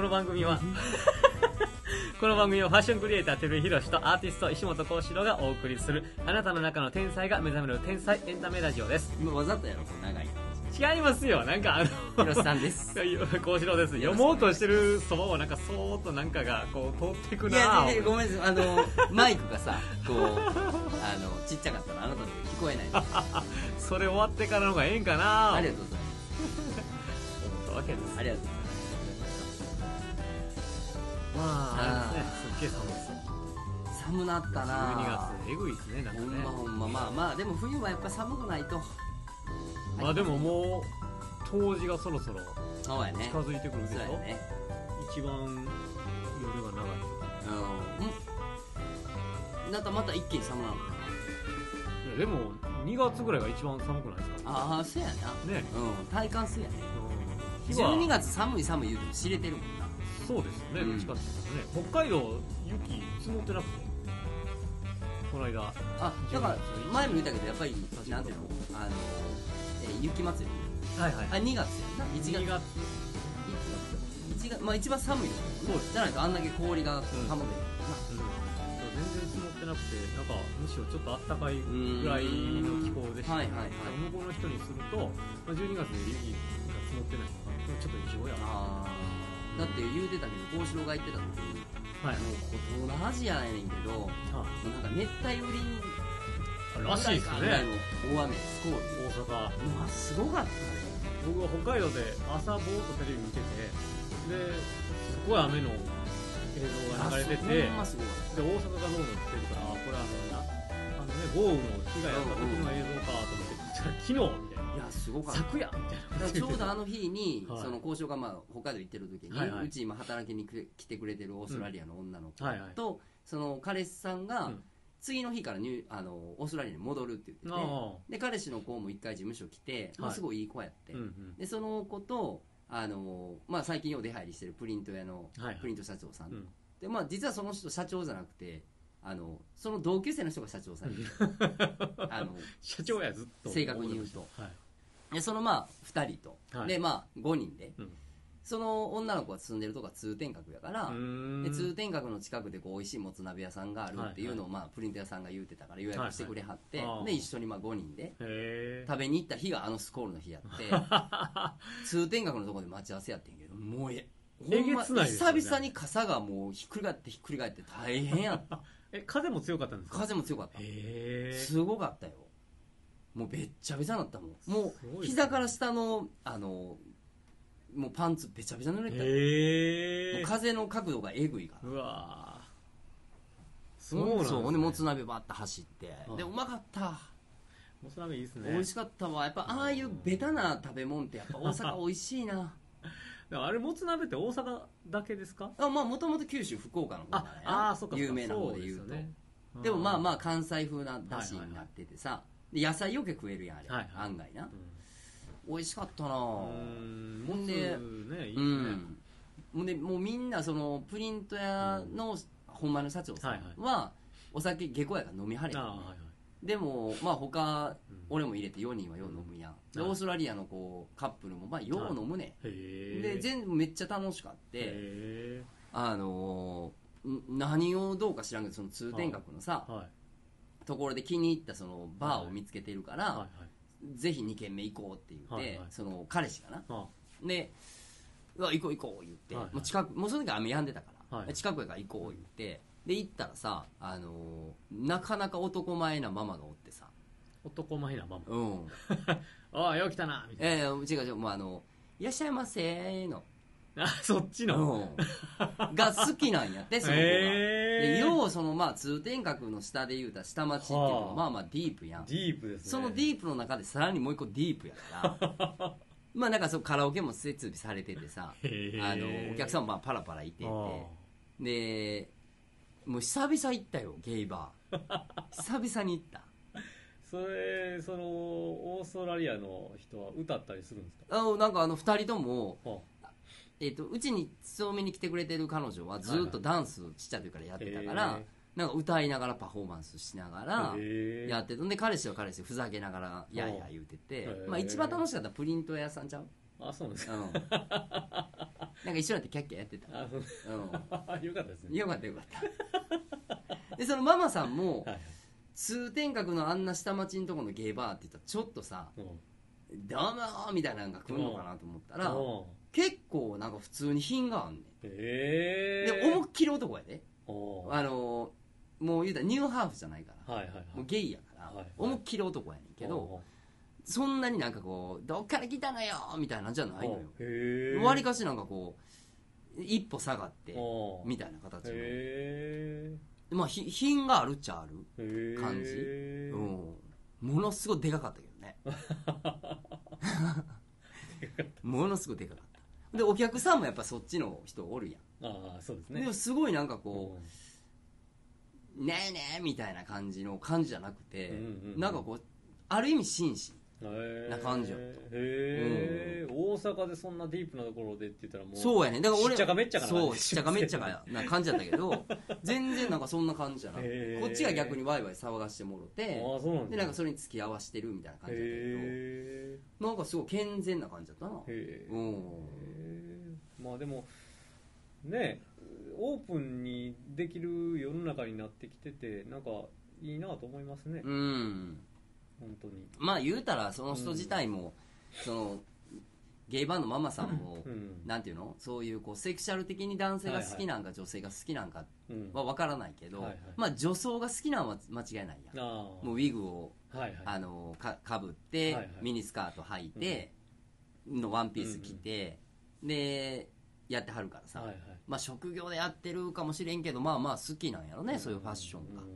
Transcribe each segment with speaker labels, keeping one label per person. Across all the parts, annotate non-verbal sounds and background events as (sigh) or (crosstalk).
Speaker 1: の番組は (laughs) この番組はファッションクリエイター照井宏とアーティスト石本幸四郎がお送りするあなたの中の天才が目覚める天才エンタメラジオです
Speaker 2: 今わざとやろこの長い
Speaker 1: 違いますよなんかあの
Speaker 2: ヒロ
Speaker 1: (laughs)
Speaker 2: シさんです
Speaker 1: 幸四郎です読もうとしてるそばをなんかそーっとなんかがこう通っていく
Speaker 2: い
Speaker 1: な
Speaker 2: や
Speaker 1: ぁ
Speaker 2: いやごめんなさいあのマイクがさこうあのちっちゃかったらあなたの声聞こえないの
Speaker 1: それ終わってからの方がええんかな
Speaker 2: あり
Speaker 1: ぁ
Speaker 2: がとうございます
Speaker 1: 思ったわけです
Speaker 2: ありがとうございます
Speaker 1: まああれ
Speaker 2: あー
Speaker 1: ですねすっげえ寒いですよ
Speaker 2: 寒なったな
Speaker 1: 12月えぐいですねなんか
Speaker 2: ほん
Speaker 1: ね
Speaker 2: まほんままあまあでも冬はやっぱ寒くないと
Speaker 1: まあでももう冬至がそろそろ
Speaker 2: そうやね
Speaker 1: 近づいてくるでし
Speaker 2: そうや
Speaker 1: ょ、
Speaker 2: ね
Speaker 1: 一番夜が長い
Speaker 2: うんなんかまた一気に寒なるの
Speaker 1: いやでも2月ぐらいが一番寒くないですか
Speaker 2: ああそうやな
Speaker 1: ね
Speaker 2: うん体感そうやね
Speaker 1: 日は
Speaker 2: 12月寒い寒い言うても知れてるもんな
Speaker 1: そうですよね、
Speaker 2: うん
Speaker 1: どっちかっていうとね北海道雪積もってなくてこの間
Speaker 2: あだから前も言ったけどやっぱりなんていうのあの、えー雪祭り
Speaker 1: はいは
Speaker 2: あ2月やん
Speaker 1: 1
Speaker 2: な1月
Speaker 1: 月
Speaker 2: 1月まあ一番寒いとこ
Speaker 1: そう
Speaker 2: ろ
Speaker 1: です
Speaker 2: じゃないとあんだけ氷が保てる
Speaker 1: うんうん全然積もってなくてなんかむしろちょっとあったかいぐらいの気候でした、
Speaker 2: はいはいはい
Speaker 1: 向こうの人にすると、まあ、12月で雪が積もってないとかでもちょっと異常やな
Speaker 2: あーだって言うてたけど幸四郎が言ってた時にも
Speaker 1: はい、
Speaker 2: うこう東南アジアやねんけども
Speaker 1: は
Speaker 2: うなんか熱帯雨
Speaker 1: い、
Speaker 2: 林
Speaker 1: らしいです
Speaker 2: ぐらい
Speaker 1: ね
Speaker 2: の大雨スコール
Speaker 1: 大阪
Speaker 2: うわすごかったね
Speaker 1: 僕は北海道で朝ぼーっとテレビ見ててですごい雨の映像が流れててで
Speaker 2: あほんますごかっ
Speaker 1: 大阪がどうのってるからあこれあのなあのね豪雨の被害あった時の映像かと思ってそしたら昨日みたいな
Speaker 2: たいやすごかった
Speaker 1: 昨夜みたいな
Speaker 2: だからちょうどあの日に、
Speaker 1: はい
Speaker 2: その交渉がまあ北海道行ってる時に、
Speaker 1: はいはいう
Speaker 2: ち今働きにく来てくれてるオーストラリアの女の子と、
Speaker 1: はいはい
Speaker 2: その彼氏さんが、
Speaker 1: うん
Speaker 2: 次の日からニューあのオーストラリアに戻るって言って
Speaker 1: (laughs)
Speaker 2: て、
Speaker 1: あ
Speaker 2: で彼氏の子も一回事務所来て、まあ、
Speaker 1: はい
Speaker 2: すごいいい子やって、
Speaker 1: あうんうん
Speaker 2: でその子とあの、まあ、最近よう出入りしてるプリント屋の
Speaker 1: はいはい
Speaker 2: プリント社長さん、
Speaker 1: うん
Speaker 2: でまあ、実はその人社長じゃなくてあのその同級生の人が社長さん
Speaker 1: (laughs)
Speaker 2: にあの
Speaker 1: 社長やずっと
Speaker 2: 正確に言うと
Speaker 1: はい
Speaker 2: でそのまあ2人と、
Speaker 1: はい
Speaker 2: でまあ5人で、
Speaker 1: うん
Speaker 2: その女の子が住んでるとこは通天閣やから、
Speaker 1: うーん
Speaker 2: で通天閣の近くでこう美味しいもつ鍋屋さんがあるっていうのを、まあ、プリント屋さんが言うてたから予約してくれはって、
Speaker 1: はいはいあー
Speaker 2: で一緒にまあ5人で
Speaker 1: へえ
Speaker 2: 食べに行った日があのスコールの日や
Speaker 1: (laughs)
Speaker 2: って通天閣のとこで待ち合わせやってんけどもうえ
Speaker 1: えげつないですよね
Speaker 2: 久々に傘がもうひっくり返ってひっくり返って大変やった
Speaker 1: え風も強かったんですか
Speaker 2: 風も強かった
Speaker 1: へえ
Speaker 2: すごかったよもうべっちゃべちゃなったもんも
Speaker 1: すごいです
Speaker 2: う
Speaker 1: ね
Speaker 2: 膝から下のあのもうパンツべちゃべちゃ濡れてたよ
Speaker 1: へ
Speaker 2: もう
Speaker 1: え
Speaker 2: 風の角度がえぐいから
Speaker 1: うわーそうなんです、ね、
Speaker 2: ほんでもつ鍋ばっと走って
Speaker 1: うん
Speaker 2: でうまかった
Speaker 1: もつ鍋いいですね
Speaker 2: 美味しかったわやっぱああいうベタな食べ物ってやっぱ大阪美味しいな
Speaker 1: だからあれもつ鍋って大阪だけですか
Speaker 2: あまあもともと九州福岡の方
Speaker 1: あ
Speaker 2: だね
Speaker 1: あーそっかそっか
Speaker 2: 有名な方で言う
Speaker 1: そ
Speaker 2: と
Speaker 1: すよね
Speaker 2: でもまあま
Speaker 1: あ
Speaker 2: あ関西風なだしになっててさで野菜よく食えるやんあれ
Speaker 1: はいはい
Speaker 2: 案外な
Speaker 1: ー
Speaker 2: 美味しかったな
Speaker 1: う
Speaker 2: ぁ
Speaker 1: ん
Speaker 2: ほ
Speaker 1: も
Speaker 2: ん
Speaker 1: つ
Speaker 2: で
Speaker 1: ねいいですね、
Speaker 2: うんほんでもうみんなそのプリント屋の本前の社長さんはお酒下戸やから飲みはれ
Speaker 1: あ
Speaker 2: へん
Speaker 1: ーはいはい
Speaker 2: でもまあ他
Speaker 1: うん
Speaker 2: 俺も入れて4人はよう飲むやんで
Speaker 1: はい
Speaker 2: オーストラリアのこうカップルもまあよう飲むねん
Speaker 1: へえ
Speaker 2: で全部めっちゃ楽しかって
Speaker 1: へ
Speaker 2: あのーん何をどうか知らんけどその通天閣のさ
Speaker 1: ーはい
Speaker 2: ところで気に入ったそのバーを見つけてるか
Speaker 1: はいは
Speaker 2: ら
Speaker 1: い
Speaker 2: ぜひ2軒目行こうって言っ
Speaker 1: はい
Speaker 2: て
Speaker 1: はい
Speaker 2: その彼氏かな
Speaker 1: あ
Speaker 2: で「うわ行こう行こう」言って
Speaker 1: はいはい
Speaker 2: もう近くもうその時雨止んでたか
Speaker 1: は
Speaker 2: ら
Speaker 1: い
Speaker 2: 近くやから行こう言ってで行ったらさあのーなかなか男前なママがおってさ
Speaker 1: 男前なママ
Speaker 2: うん
Speaker 1: ああよう来たなみたい
Speaker 2: ええ違う違うもうあの「いらっしゃいませ」の
Speaker 1: なあそっちの
Speaker 2: うんが好きなんやってその子
Speaker 1: へ
Speaker 2: が。で
Speaker 1: え
Speaker 2: ようそのまあ通天閣の下で言うたら下町っていう
Speaker 1: は
Speaker 2: のは
Speaker 1: あ
Speaker 2: まあまあディープやん、
Speaker 1: ディープですね
Speaker 2: そのディープの中でさらにもう一個ディープやから
Speaker 1: (laughs)
Speaker 2: まあなんかそうカラオケも設備されててさ
Speaker 1: へえ
Speaker 2: あのお客さんもまあパラパラいて
Speaker 1: あー
Speaker 2: てでもう久々行ったよゲイバ
Speaker 1: (laughs)
Speaker 2: ー久々に行った
Speaker 1: それそのオーストラリアの人は歌ったりするんですか
Speaker 2: あのなんかあの2人とも、
Speaker 1: あ
Speaker 2: えっとうちに勤めに来てくれてる彼女はずっとダンスちっちゃい時からやってたから、
Speaker 1: へえ
Speaker 2: なんか歌いながらパフォーマンスしながら、
Speaker 1: へえ
Speaker 2: やっててで彼氏は彼氏でふざけながらやいや言うてて、
Speaker 1: へー
Speaker 2: まあ、一番楽しかったのはプリント屋さんちゃう
Speaker 1: ああそうなんです
Speaker 2: う
Speaker 1: か (laughs)
Speaker 2: んなんか一緒になってキャッキャやってた、
Speaker 1: あそう (laughs)
Speaker 2: う
Speaker 1: よかったです
Speaker 2: ん、
Speaker 1: ね
Speaker 2: よかったよかったでそのママさんも
Speaker 1: はい
Speaker 2: 通天閣のあんな下町のとこのゲイバーって言ったらちょっとさ
Speaker 1: うん
Speaker 2: 「どうもー」みたいなのが来るのかなと思ったら
Speaker 1: うん
Speaker 2: 結構なんか普通に品があんねん
Speaker 1: ええ
Speaker 2: で思いっきり男やで
Speaker 1: おー
Speaker 2: あのーもう言うたらニューハーフじゃないから
Speaker 1: はいはいはい
Speaker 2: もうゲイやから、
Speaker 1: はいはい
Speaker 2: 思いっきり男やねんけど、そんなになんかこう「どっから来たのよ」みたいなんじゃないのよ
Speaker 1: へえ
Speaker 2: わりかしなんかこう一歩下がって
Speaker 1: おー
Speaker 2: みたいな形の
Speaker 1: へ
Speaker 2: まあひ品があるっちゃある、
Speaker 1: えへえ
Speaker 2: 感じうん、ものすごいでかかったけどね
Speaker 1: (laughs)
Speaker 2: ものすごいでかかったでお客さんもやっぱそっちの人おるや
Speaker 1: ああそうです
Speaker 2: ん、
Speaker 1: ね
Speaker 2: でもすごいなんかこう、
Speaker 1: うん
Speaker 2: ねえねえみたいな感じの感じじゃなくて、
Speaker 1: うんうんうん
Speaker 2: なんかこうある意味紳士
Speaker 1: へー
Speaker 2: な感じやった
Speaker 1: へえ、大阪でそんなディープなところでって言ったらもう
Speaker 2: そうやねだから俺
Speaker 1: しっちゃかめっちゃかな感じ
Speaker 2: そうしっちゃかめっちゃかな感じだったけ
Speaker 1: (laughs)
Speaker 2: ど全然なんかそんな感じじゃなく
Speaker 1: へ
Speaker 2: て
Speaker 1: ー
Speaker 2: こっちが逆にワイワイ騒がしてもろて
Speaker 1: ああそうなんだ
Speaker 2: でなんかそれに付き合わしてるみたいな感じだったけ
Speaker 1: へ
Speaker 2: どなんかすごい健全な感じだったな
Speaker 1: えへ
Speaker 2: う
Speaker 1: え
Speaker 2: ん
Speaker 1: まあでもねオープンにできる世の中になってきててなんかいいなと思いますね、
Speaker 2: うん
Speaker 1: 本当に
Speaker 2: まあ言うたらその人自体も、そのゲイバーのママさんも、
Speaker 1: うん
Speaker 2: なんていうのそういうこうセクシャル的に男性が好きなんか女性が好きなんか
Speaker 1: うん
Speaker 2: は分からないけど、
Speaker 1: はいはい
Speaker 2: まあ女装が好きなのは間違いないやん
Speaker 1: ああ
Speaker 2: もうウィグを
Speaker 1: はいはい
Speaker 2: あのかかぶって、
Speaker 1: はいはい
Speaker 2: ミニスカート履いて、のワンピース着て、でやってはるからさ、
Speaker 1: はいはい
Speaker 2: まあ職業でやってるかもしれんけどまあまあ好きなんやろね、そういうファッションが
Speaker 1: う、ん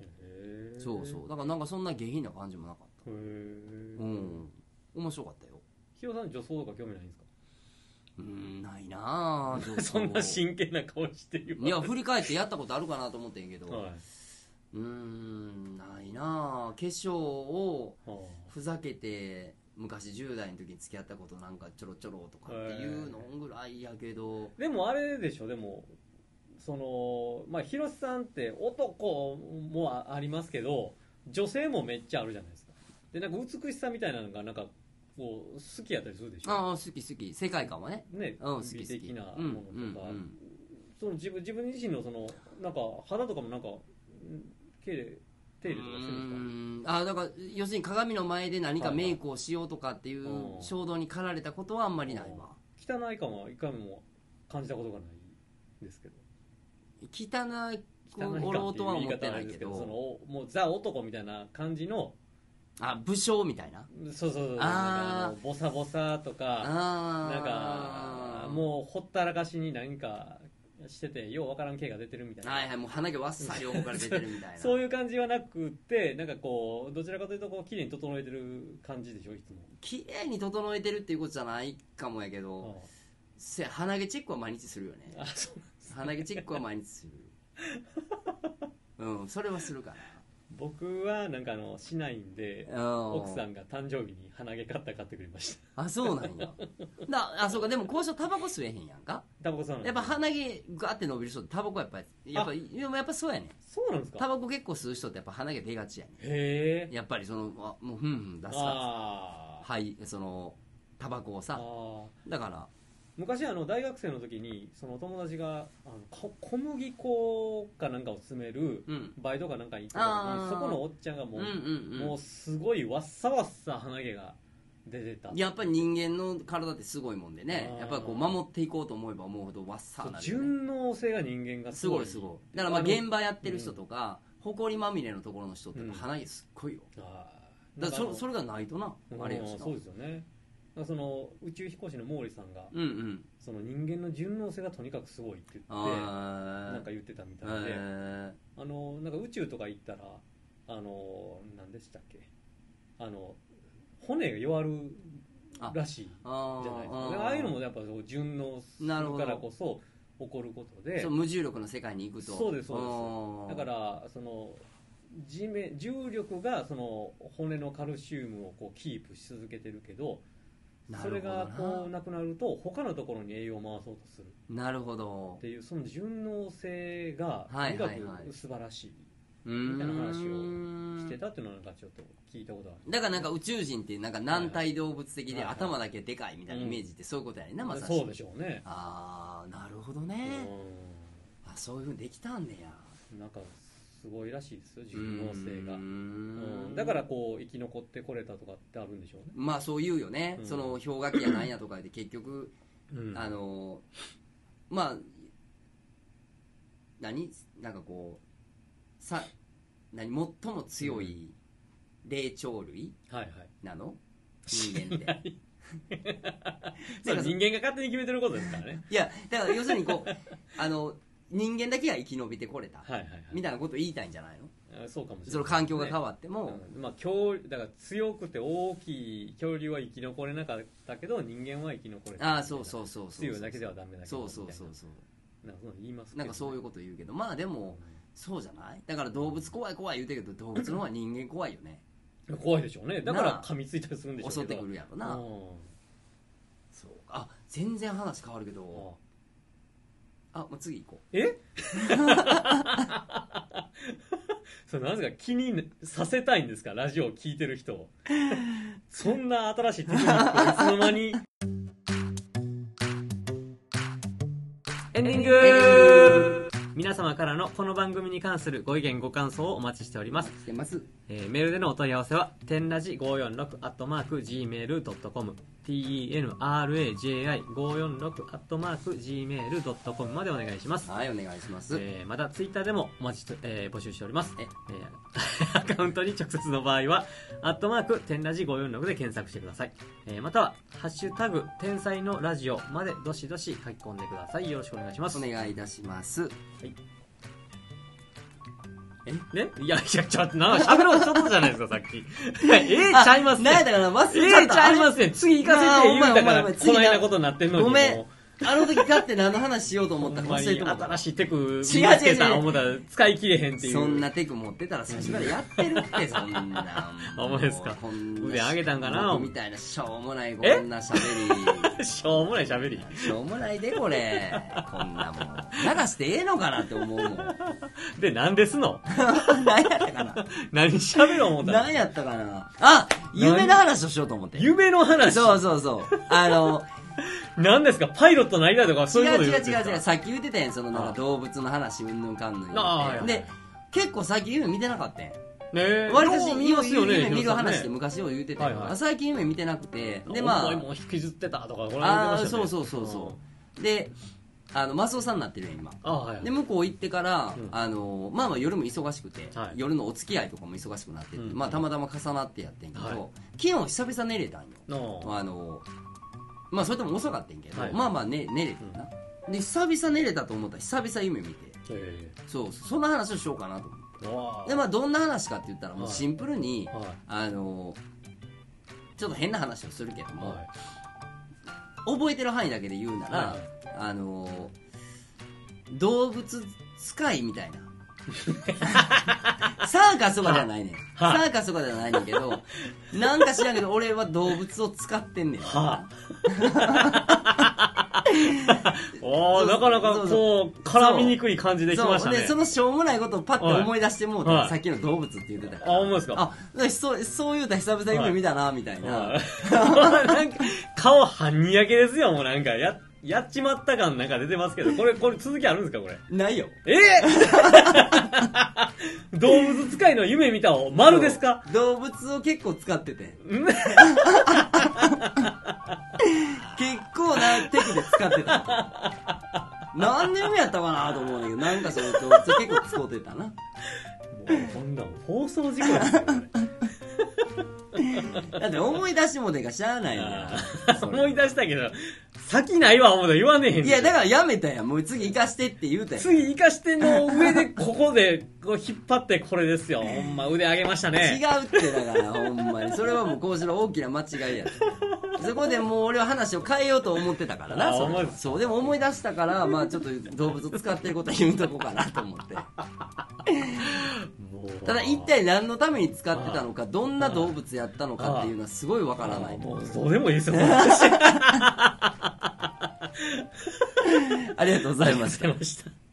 Speaker 1: へえ
Speaker 2: そうそうだからなんかそんな下品な感じもなかった
Speaker 1: へえ
Speaker 2: うん面白かったよ
Speaker 1: ひよさん女装とか興味ないんですか
Speaker 2: うんないなあ女装
Speaker 1: (laughs) そんな真剣な顔してる
Speaker 2: いや振り返ってやったことあるかなと思ってんけど、
Speaker 1: はいう
Speaker 2: ーんないなあ化粧を
Speaker 1: あ
Speaker 2: ふざけて昔10代の時に付き合ったことなんかちょろちょろとかっていうのぐらいやけど、
Speaker 1: あでもあれでしょでもそのまあ広瀬さんって男もありますけど女性もめっちゃあるじゃないですかでなんか美しさみたいなのがなんかこう好きやったりするでしょ
Speaker 2: ああ好き好き世界観はね
Speaker 1: ね
Speaker 2: うん好き好
Speaker 1: 美
Speaker 2: き
Speaker 1: 的な
Speaker 2: うん
Speaker 1: ものとか、
Speaker 2: うん
Speaker 1: その自分自分自身のそのなんか肌とかもなんかうん手入れ手入
Speaker 2: う
Speaker 1: れとかしてるんですか
Speaker 2: んああだから要するに鏡の前で何かメイクをしようとかっていう
Speaker 1: はいはい
Speaker 2: 衝動に駆られたことはあんまりないわ
Speaker 1: 汚い感は一回も感じたことがないですけど
Speaker 2: 汚
Speaker 1: 汚
Speaker 2: い
Speaker 1: い感
Speaker 2: おろう
Speaker 1: ってい
Speaker 2: とは
Speaker 1: う言い
Speaker 2: 思
Speaker 1: 方
Speaker 2: って
Speaker 1: はあ
Speaker 2: な
Speaker 1: れ
Speaker 2: い
Speaker 1: で
Speaker 2: け
Speaker 1: すけど
Speaker 2: ど
Speaker 1: そのもうザ男みたいな感じの
Speaker 2: あ武将みたいな
Speaker 1: そうそうそうなん
Speaker 2: あー
Speaker 1: かあのボサボサとか
Speaker 2: ああ
Speaker 1: なんかもうほったらかしに何かしててようわからん毛が出てるみたいな、
Speaker 2: はいはいもう鼻毛わっさ両方から出てるみたいな
Speaker 1: (laughs) そういう感じはなくってなんかこうどちらかというとこう綺麗に整えてる感じでしょいつも
Speaker 2: 綺麗に整えてるっていうことじゃないかもやけど、
Speaker 1: あ
Speaker 2: せ鼻毛チェックは毎日するよね
Speaker 1: あそう
Speaker 2: 鼻毛チェックは毎
Speaker 1: (laughs)
Speaker 2: 日するうんそれはするか
Speaker 1: 僕はなんかあのしないんで
Speaker 2: なう
Speaker 1: 奥さんが誕生日に鼻毛カッター買ってくれました
Speaker 2: あそうなんやだあそうかでもこうしタバコ吸えへんやんか
Speaker 1: タバコさん
Speaker 2: やっぱ鼻毛ガーって伸びる人ってタバコやっぱやっぱでもやっぱそうやねん
Speaker 1: そうなんですか
Speaker 2: タバコ結構吸う人ってやっぱ鼻毛出がちやね
Speaker 1: へ
Speaker 2: ん
Speaker 1: え
Speaker 2: やっぱりそのあもうふんふん出すか
Speaker 1: あ
Speaker 2: ら
Speaker 1: ー
Speaker 2: はいそのタバコを
Speaker 1: あ
Speaker 2: さ
Speaker 1: ー
Speaker 2: だから
Speaker 1: 昔あの大学生の時にその友達があのこ小麦粉かなんかを詰める
Speaker 2: うん
Speaker 1: バイトかなんかに行ってた時
Speaker 2: あ
Speaker 1: に
Speaker 2: ー
Speaker 1: そこのおっちゃんがも
Speaker 2: うん
Speaker 1: う,、
Speaker 2: うんうん
Speaker 1: もうすごいわっさわっさ鼻毛が出てた
Speaker 2: やっぱり人間の体ってすごいもんでね
Speaker 1: あー
Speaker 2: やっぱりこう守っていこうと思えば思うほどわっさ
Speaker 1: そう
Speaker 2: なるよね、
Speaker 1: 順応性が人間が
Speaker 2: す
Speaker 1: すご
Speaker 2: ご
Speaker 1: い
Speaker 2: いすごいだからまあ現
Speaker 1: 場
Speaker 2: 場やってる人とか埃まみれのところの人ってやっぱ鼻毛すっごいよだからそそれがないとなあれやしな
Speaker 1: そうですよねだからその宇宙飛行士の毛利さんが
Speaker 2: うんうん
Speaker 1: その人間の順応性がとにかくすごいって言ってな
Speaker 2: あ
Speaker 1: んか言ってたみたいで、
Speaker 2: あ
Speaker 1: あのなんか宇宙とか行ったらあの何でしたっけあの骨が弱るらしい
Speaker 2: あ
Speaker 1: じゃないですか
Speaker 2: ー
Speaker 1: でああいうのもやっぱこう順応する
Speaker 2: なるほど
Speaker 1: からこそ起こることで
Speaker 2: そう無重力の世界に行くと
Speaker 1: そうですそうです
Speaker 2: あー
Speaker 1: だからその地面重力がその骨のカルシウムをこうキープし続けてるけど
Speaker 2: な
Speaker 1: それ
Speaker 2: るほど
Speaker 1: が
Speaker 2: な
Speaker 1: こうなくなると他のところに栄養を回そうとする
Speaker 2: なるほど
Speaker 1: っていうその順応性が
Speaker 2: はい
Speaker 1: と
Speaker 2: はいはい
Speaker 1: にかく素晴らしいみ
Speaker 2: み
Speaker 1: たいな話
Speaker 2: を
Speaker 1: してたっていうのはなんかちょっと聞いたことある
Speaker 2: だからなんか宇宙人ってなんか軟体動物的
Speaker 1: はい
Speaker 2: で
Speaker 1: はい
Speaker 2: 頭だけでかいみたいなイメージってそういうことやねんなまさし
Speaker 1: そうでしょうね
Speaker 2: ああなるほどねあそういうふうにできたんねや
Speaker 1: うんなんかすごいらしいですよ順応性が
Speaker 2: うーん
Speaker 1: うんだからこう生き残ってこれたとかってあるんでしょうね
Speaker 2: まあそう言うよね、
Speaker 1: うん
Speaker 2: その氷河期やなんやとかで結局、
Speaker 1: うん
Speaker 2: あのまあ何なんかこうさ何最も強い霊長類
Speaker 1: はいはい
Speaker 2: なの人間って (laughs)
Speaker 1: それ人間が勝手に決めてることですからね
Speaker 2: いやだから要するにこう (laughs) あの人間だけが生き延びてこれた、
Speaker 1: はいはいはい
Speaker 2: みたいなこと言いたいんじゃないの
Speaker 1: あそうかもしれない
Speaker 2: その環境が変わっても、
Speaker 1: うんまあ、恐竜だから強くて大きい恐竜は生き残れなかったけど人間は生き残れた
Speaker 2: ああそう
Speaker 1: う
Speaker 2: そうそうそう
Speaker 1: 強いだけではダメだけど
Speaker 2: そうそうそうそう
Speaker 1: みたいななんかそういうの言いますけど
Speaker 2: なんかそういう
Speaker 1: こ
Speaker 2: こと言うけどまあでもそうじゃないだから動物怖い怖い言うてるけど動物の方が人間怖いよね
Speaker 1: と怖いでしょうねだか
Speaker 2: な
Speaker 1: ら
Speaker 2: あ
Speaker 1: 噛みついたりするんでしょう
Speaker 2: 襲って
Speaker 1: けど
Speaker 2: くるやろな、
Speaker 1: うん
Speaker 2: そうあ全然話変わるけ
Speaker 1: あ
Speaker 2: どあもう次行こ
Speaker 1: えそれなんですか気にさせたいんですかラジオを聞いてる人 (laughs) をそんな新しいテクニックをいつの間にエンディング皆様からのこの番組に関するご意見ご感想をお待ちしております
Speaker 2: う来てます
Speaker 1: えーメールでのお問い合わせは、天ラジ546アットマーク gmail.com、tenraji546 アットマーク gmail.com までお願いします。
Speaker 2: はいお願いします、
Speaker 1: えーまたツイッターでもお待ちと、えー募集しております。
Speaker 2: え
Speaker 1: えー (laughs) アカウントに直接の場合は、アットマーク、天ラジ546で検索してください。えーまたは、ハッシュタグ、天才のラジオまでどしどし書き込んでください。よろしくお願いします。
Speaker 2: お願いいたします
Speaker 1: ねいや、いや、ちょっと、なんか喋ろうとしとったじゃないですか、さっ
Speaker 2: (laughs)
Speaker 1: き。いやええちゃいます
Speaker 2: ね
Speaker 1: ね
Speaker 2: なんやだから忘
Speaker 1: え
Speaker 2: れちゃ
Speaker 1: え
Speaker 2: っ
Speaker 1: ちゃ
Speaker 2: た、
Speaker 1: いますね。次行かせて言うたか
Speaker 2: なあ
Speaker 1: ら、
Speaker 2: お前お前お前
Speaker 1: こないなことになってんのに。
Speaker 2: ごめん
Speaker 1: もう
Speaker 2: あの時勝って何の話しようと思ったか
Speaker 1: ほんま
Speaker 2: 忘れ
Speaker 1: に
Speaker 2: てもった
Speaker 1: 新しいテク見つけた
Speaker 2: 違う違う違う
Speaker 1: 思ったら使い切れへんっていう。
Speaker 2: そんなテク持ってたら最初からやってる
Speaker 1: (laughs)
Speaker 2: ってそんな
Speaker 1: ほんまですか
Speaker 2: もうこんな
Speaker 1: 腕上げたんかな
Speaker 2: 僕みたいなしょうもないこんな喋り
Speaker 1: (laughs) しょうもない喋り。
Speaker 2: しょうもないで
Speaker 1: (laughs)
Speaker 2: これこんなもん流してええのかなって思うもん
Speaker 1: で、何ですの
Speaker 2: 何やったかな
Speaker 1: (laughs) 何喋ろう思ったら
Speaker 2: 何。やったかなあ夢の話をしようと思って
Speaker 1: 夢の話。
Speaker 2: そうそうそうあの
Speaker 1: 何ですかパイロットになりたいと (laughs) か、そういう
Speaker 2: 違
Speaker 1: こ
Speaker 2: う
Speaker 1: と言うん
Speaker 2: 違う
Speaker 1: です
Speaker 2: 違
Speaker 1: か
Speaker 2: う違うさっき言ってたやんそのなん
Speaker 1: あ
Speaker 2: か動物の話うんぬんかんぬん言うて
Speaker 1: あはいはい
Speaker 2: で結構最近夢見てなかったやん
Speaker 1: ねえ。
Speaker 2: 割と
Speaker 1: よう
Speaker 2: 夢夢見
Speaker 1: ヒ
Speaker 2: る
Speaker 1: ロさんね
Speaker 2: 話って昔を言うてた
Speaker 1: は
Speaker 2: け
Speaker 1: いは
Speaker 2: ど
Speaker 1: い
Speaker 2: 最近夢見てなくてでま
Speaker 1: お前
Speaker 2: あ
Speaker 1: も引きずってたとか、これ言ってま
Speaker 2: あ
Speaker 1: したね
Speaker 2: ーそうそうそうそうであのマスオさんになってるやん今
Speaker 1: あーはいはい
Speaker 2: で。向こう行ってから、
Speaker 1: うん
Speaker 2: あのまあまあ夜も忙しくて、
Speaker 1: はい
Speaker 2: 夜のお付き合いとかも忙しくなってて、
Speaker 1: うん
Speaker 2: まあ、たまたま重なってやってんけど、
Speaker 1: はい
Speaker 2: 昨日久々寝れたんよ
Speaker 1: の
Speaker 2: あのまあそれとも遅かったんけど、
Speaker 1: はい
Speaker 2: まあまあ、ね、寝れてんな、で久々寝れたと思ったら久々夢見て
Speaker 1: え
Speaker 2: そうそんな話をしようかなと思って
Speaker 1: えわあ
Speaker 2: でまあどんな話かって言ったらもう
Speaker 1: はい
Speaker 2: シンプルに、
Speaker 1: は
Speaker 2: あのちょっと変な話をするけど
Speaker 1: い
Speaker 2: も、
Speaker 1: は
Speaker 2: 覚えてる範囲だけで言うなら、
Speaker 1: は
Speaker 2: あの動物使いみた
Speaker 1: (laughs)
Speaker 2: いなサーカスとかではないねんサ
Speaker 1: は
Speaker 2: ーカスとかではないねんけどなんか知らんけど俺は動物を使ってんねん
Speaker 1: い。はあ。
Speaker 2: (laughs)
Speaker 1: (laughs) おーなかなかこ
Speaker 2: そう
Speaker 1: う、絡みにくい感じできました
Speaker 2: そうで
Speaker 1: ね
Speaker 2: そ。のしょうもないことをパッと思い出してもうて、
Speaker 1: はい
Speaker 2: さっきの動物って言ってたから
Speaker 1: あほんまですか
Speaker 2: あでそうそう言うたら久々夢見たなみたいな、
Speaker 1: はいなんか (laughs) 顔半にやけですよ、もうなんか。や、やっちまった感なんか出てますけど、これ、これ続きあるんですか、これ。
Speaker 2: ないよ
Speaker 1: え (laughs) え動物使いの夢見たを丸ですか
Speaker 2: そう動物を結構使ってて
Speaker 1: ん
Speaker 2: 結構なテクで使ってた何年目やったかなと思うんだけどなんかその動物結構使ってたな
Speaker 1: もうこんなん放送事故ですよ、これ。
Speaker 2: だって思い出してもてんかしゃあない
Speaker 1: (laughs)
Speaker 2: ね
Speaker 1: あ
Speaker 2: ん
Speaker 1: ー思い出したけど、先ないわ、思うと言わねえへん
Speaker 2: いやだ
Speaker 1: ら、
Speaker 2: からやめたやんもう次行かしてって言うたやん
Speaker 1: 次、生かしての上で、ここで、こう、引っ張ってこれですよ。ほんま、腕上げました
Speaker 2: 違
Speaker 1: ね。
Speaker 2: うってだからほんまにそれはもうこうしろ大きな間違いやそこでもう俺は話を変えようと思ってたからな
Speaker 1: あ
Speaker 2: それ
Speaker 1: 思い
Speaker 2: そうでも思い出したからまあちょっと動物使ってることは言うとこかなと思って
Speaker 1: もう
Speaker 2: ただ一体何のために使ってたのかどんな動物やったのかっていうのはすごいわからない
Speaker 1: もう、どうでもいい (laughs) ですよ、話し
Speaker 2: ありがとうございました
Speaker 1: てました。